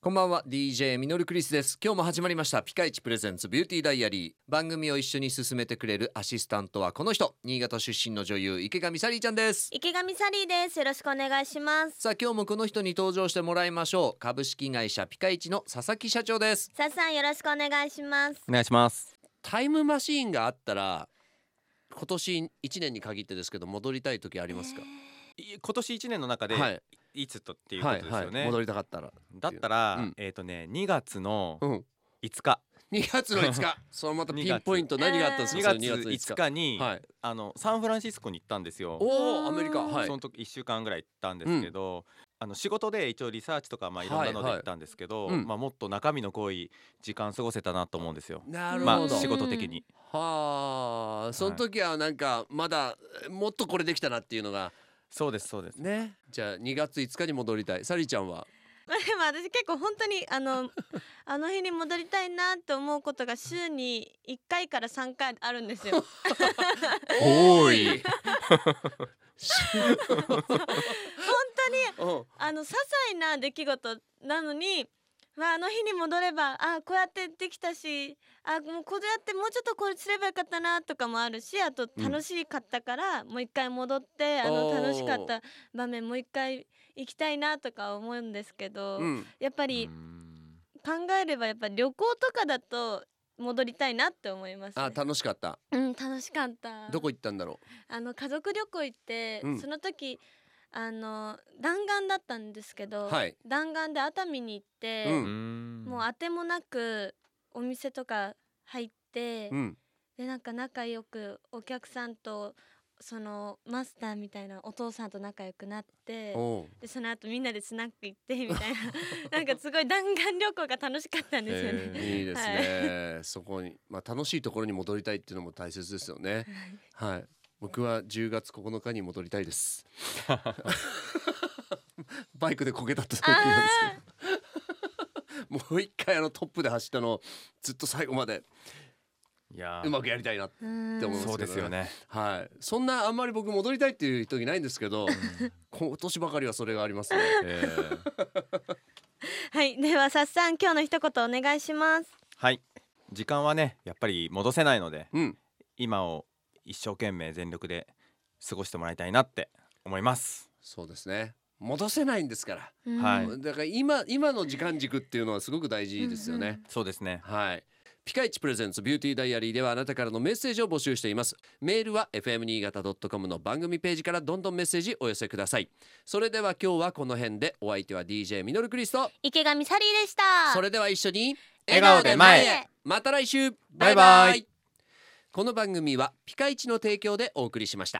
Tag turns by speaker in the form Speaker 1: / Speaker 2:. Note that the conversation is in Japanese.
Speaker 1: こんばんは DJ ミノルクリスです今日も始まりましたピカイチプレゼンツビューティーダイアリー番組を一緒に進めてくれるアシスタントはこの人新潟出身の女優池上サリーちゃんです
Speaker 2: 池上サリーですよろしくお願いします
Speaker 1: さあ今日もこの人に登場してもらいましょう株式会社ピカイチの佐々木社長です
Speaker 2: さっさんよろしくお願いします
Speaker 3: お願いします
Speaker 1: タイムマシーンがあったら今年一年に限ってですけど戻りたい時ありますか、
Speaker 3: い今年一年の中で、、
Speaker 1: はいい
Speaker 3: つとっていうこ
Speaker 1: は
Speaker 3: と
Speaker 1: い
Speaker 3: です
Speaker 1: はい
Speaker 3: よね、
Speaker 1: 戻りたかったら
Speaker 3: だったら、
Speaker 1: うん
Speaker 3: えっ、とね2月の
Speaker 1: うん
Speaker 3: 5日、
Speaker 1: 2月の5日そのまたピンポイント
Speaker 2: 二月
Speaker 1: 何があったんです
Speaker 3: 2
Speaker 1: かそ
Speaker 3: 月
Speaker 1: の
Speaker 3: 5日に、
Speaker 1: はい
Speaker 3: あのサンフランシスコに行ったんですよ
Speaker 1: おおアメリカはい
Speaker 3: その時1週間ぐらい行ったんですけど、あの仕事で一応リサーチとかまあいろんなので
Speaker 1: はい
Speaker 3: 行
Speaker 1: はい
Speaker 3: ったんですけど、
Speaker 1: うん
Speaker 3: まあ、もっと中身の濃い時間過ごせたなと思うんですよ。
Speaker 1: なる
Speaker 3: ま
Speaker 1: ほ
Speaker 3: あ
Speaker 1: ど、
Speaker 3: 仕事的に、
Speaker 1: はあその時はなんかまだえもっとこれできたなっていうのが
Speaker 3: そうですそうです。
Speaker 1: ねじゃあ2月5日に戻りたいサリーちゃんは
Speaker 2: まあでも私結構本当にあの あの日に戻りたいなと思うことが週に1回から3回あるんです よ
Speaker 3: おーい
Speaker 2: 本当に
Speaker 1: うん
Speaker 2: あの些細な出来事なのにまああの日に戻ればあこうやってできたしあもうこうやってもうちょっとこれすればよかったなとかもあるしあと
Speaker 1: うん
Speaker 2: 楽しかったから、もう一回戻ってあの
Speaker 1: おー
Speaker 2: 楽しかった場面もう一回行きたいなとか思うんですけど、
Speaker 1: うん
Speaker 2: やっぱ
Speaker 3: うー
Speaker 2: り
Speaker 3: ん
Speaker 2: 考えればやっぱり旅行とかだと戻りたいなって思います、ね
Speaker 1: あ、楽しかった
Speaker 2: うん楽しかった
Speaker 1: どこ行ったんだろ
Speaker 2: あの家族旅行行って、
Speaker 1: うん
Speaker 2: その時あの弾丸だったんですけど、
Speaker 1: はい
Speaker 2: 弾丸で熱海に行って、
Speaker 1: う
Speaker 3: うんん
Speaker 2: もう当てもなくお店とか入って、
Speaker 1: ううん
Speaker 2: でなんか仲良くお客さんとそのマスターみたいなお父さんと仲良くなって
Speaker 1: おう
Speaker 2: でその後みんなでスナック行ってみたいななん かすごい弾丸旅行が楽しかったんですよね。
Speaker 3: へ
Speaker 1: いいですね、そこにまあ楽しいところに戻りたいっていうのも大切ですよねはい僕は10月9日に戻りたいです バイクでこけたって時なんですけど
Speaker 2: あ
Speaker 1: もう一回あのトップで走ったのをずっと最後まで
Speaker 3: いやー
Speaker 1: うまくやりたいなって
Speaker 2: ーうん
Speaker 1: でも
Speaker 3: そうですよね。
Speaker 1: はいそんなあんまり僕戻りたいっていう時ないんですけ ど今年ばかりはそれがありますね
Speaker 3: えー
Speaker 2: はい、ではさっさん今日の一言お願いします。
Speaker 3: はい時間はねやっぱり戻せないので
Speaker 1: うん
Speaker 3: 今を一生懸命全力で過ごしてもらいたいなって思います
Speaker 1: そうですね戻せないんですから、
Speaker 3: はい
Speaker 1: だから今今の時間軸っていうのはすごく大事ですよね、
Speaker 2: うんうん
Speaker 3: そうですね
Speaker 1: はい。ピカイチプレゼンツビューティーダイアリーではあなたからのメッセージを募集しています。メールは fm 新潟 .com の番組ページからどんどんメッセージお寄せください。それでは今日はこの辺でお相手は DJ ミノルクリスト。
Speaker 2: 池上サリーでした。
Speaker 1: それでは一緒に
Speaker 3: 笑顔で前
Speaker 2: へ
Speaker 1: また来週
Speaker 3: バイバイ
Speaker 1: この番組はピカイチの提供でお送りしました。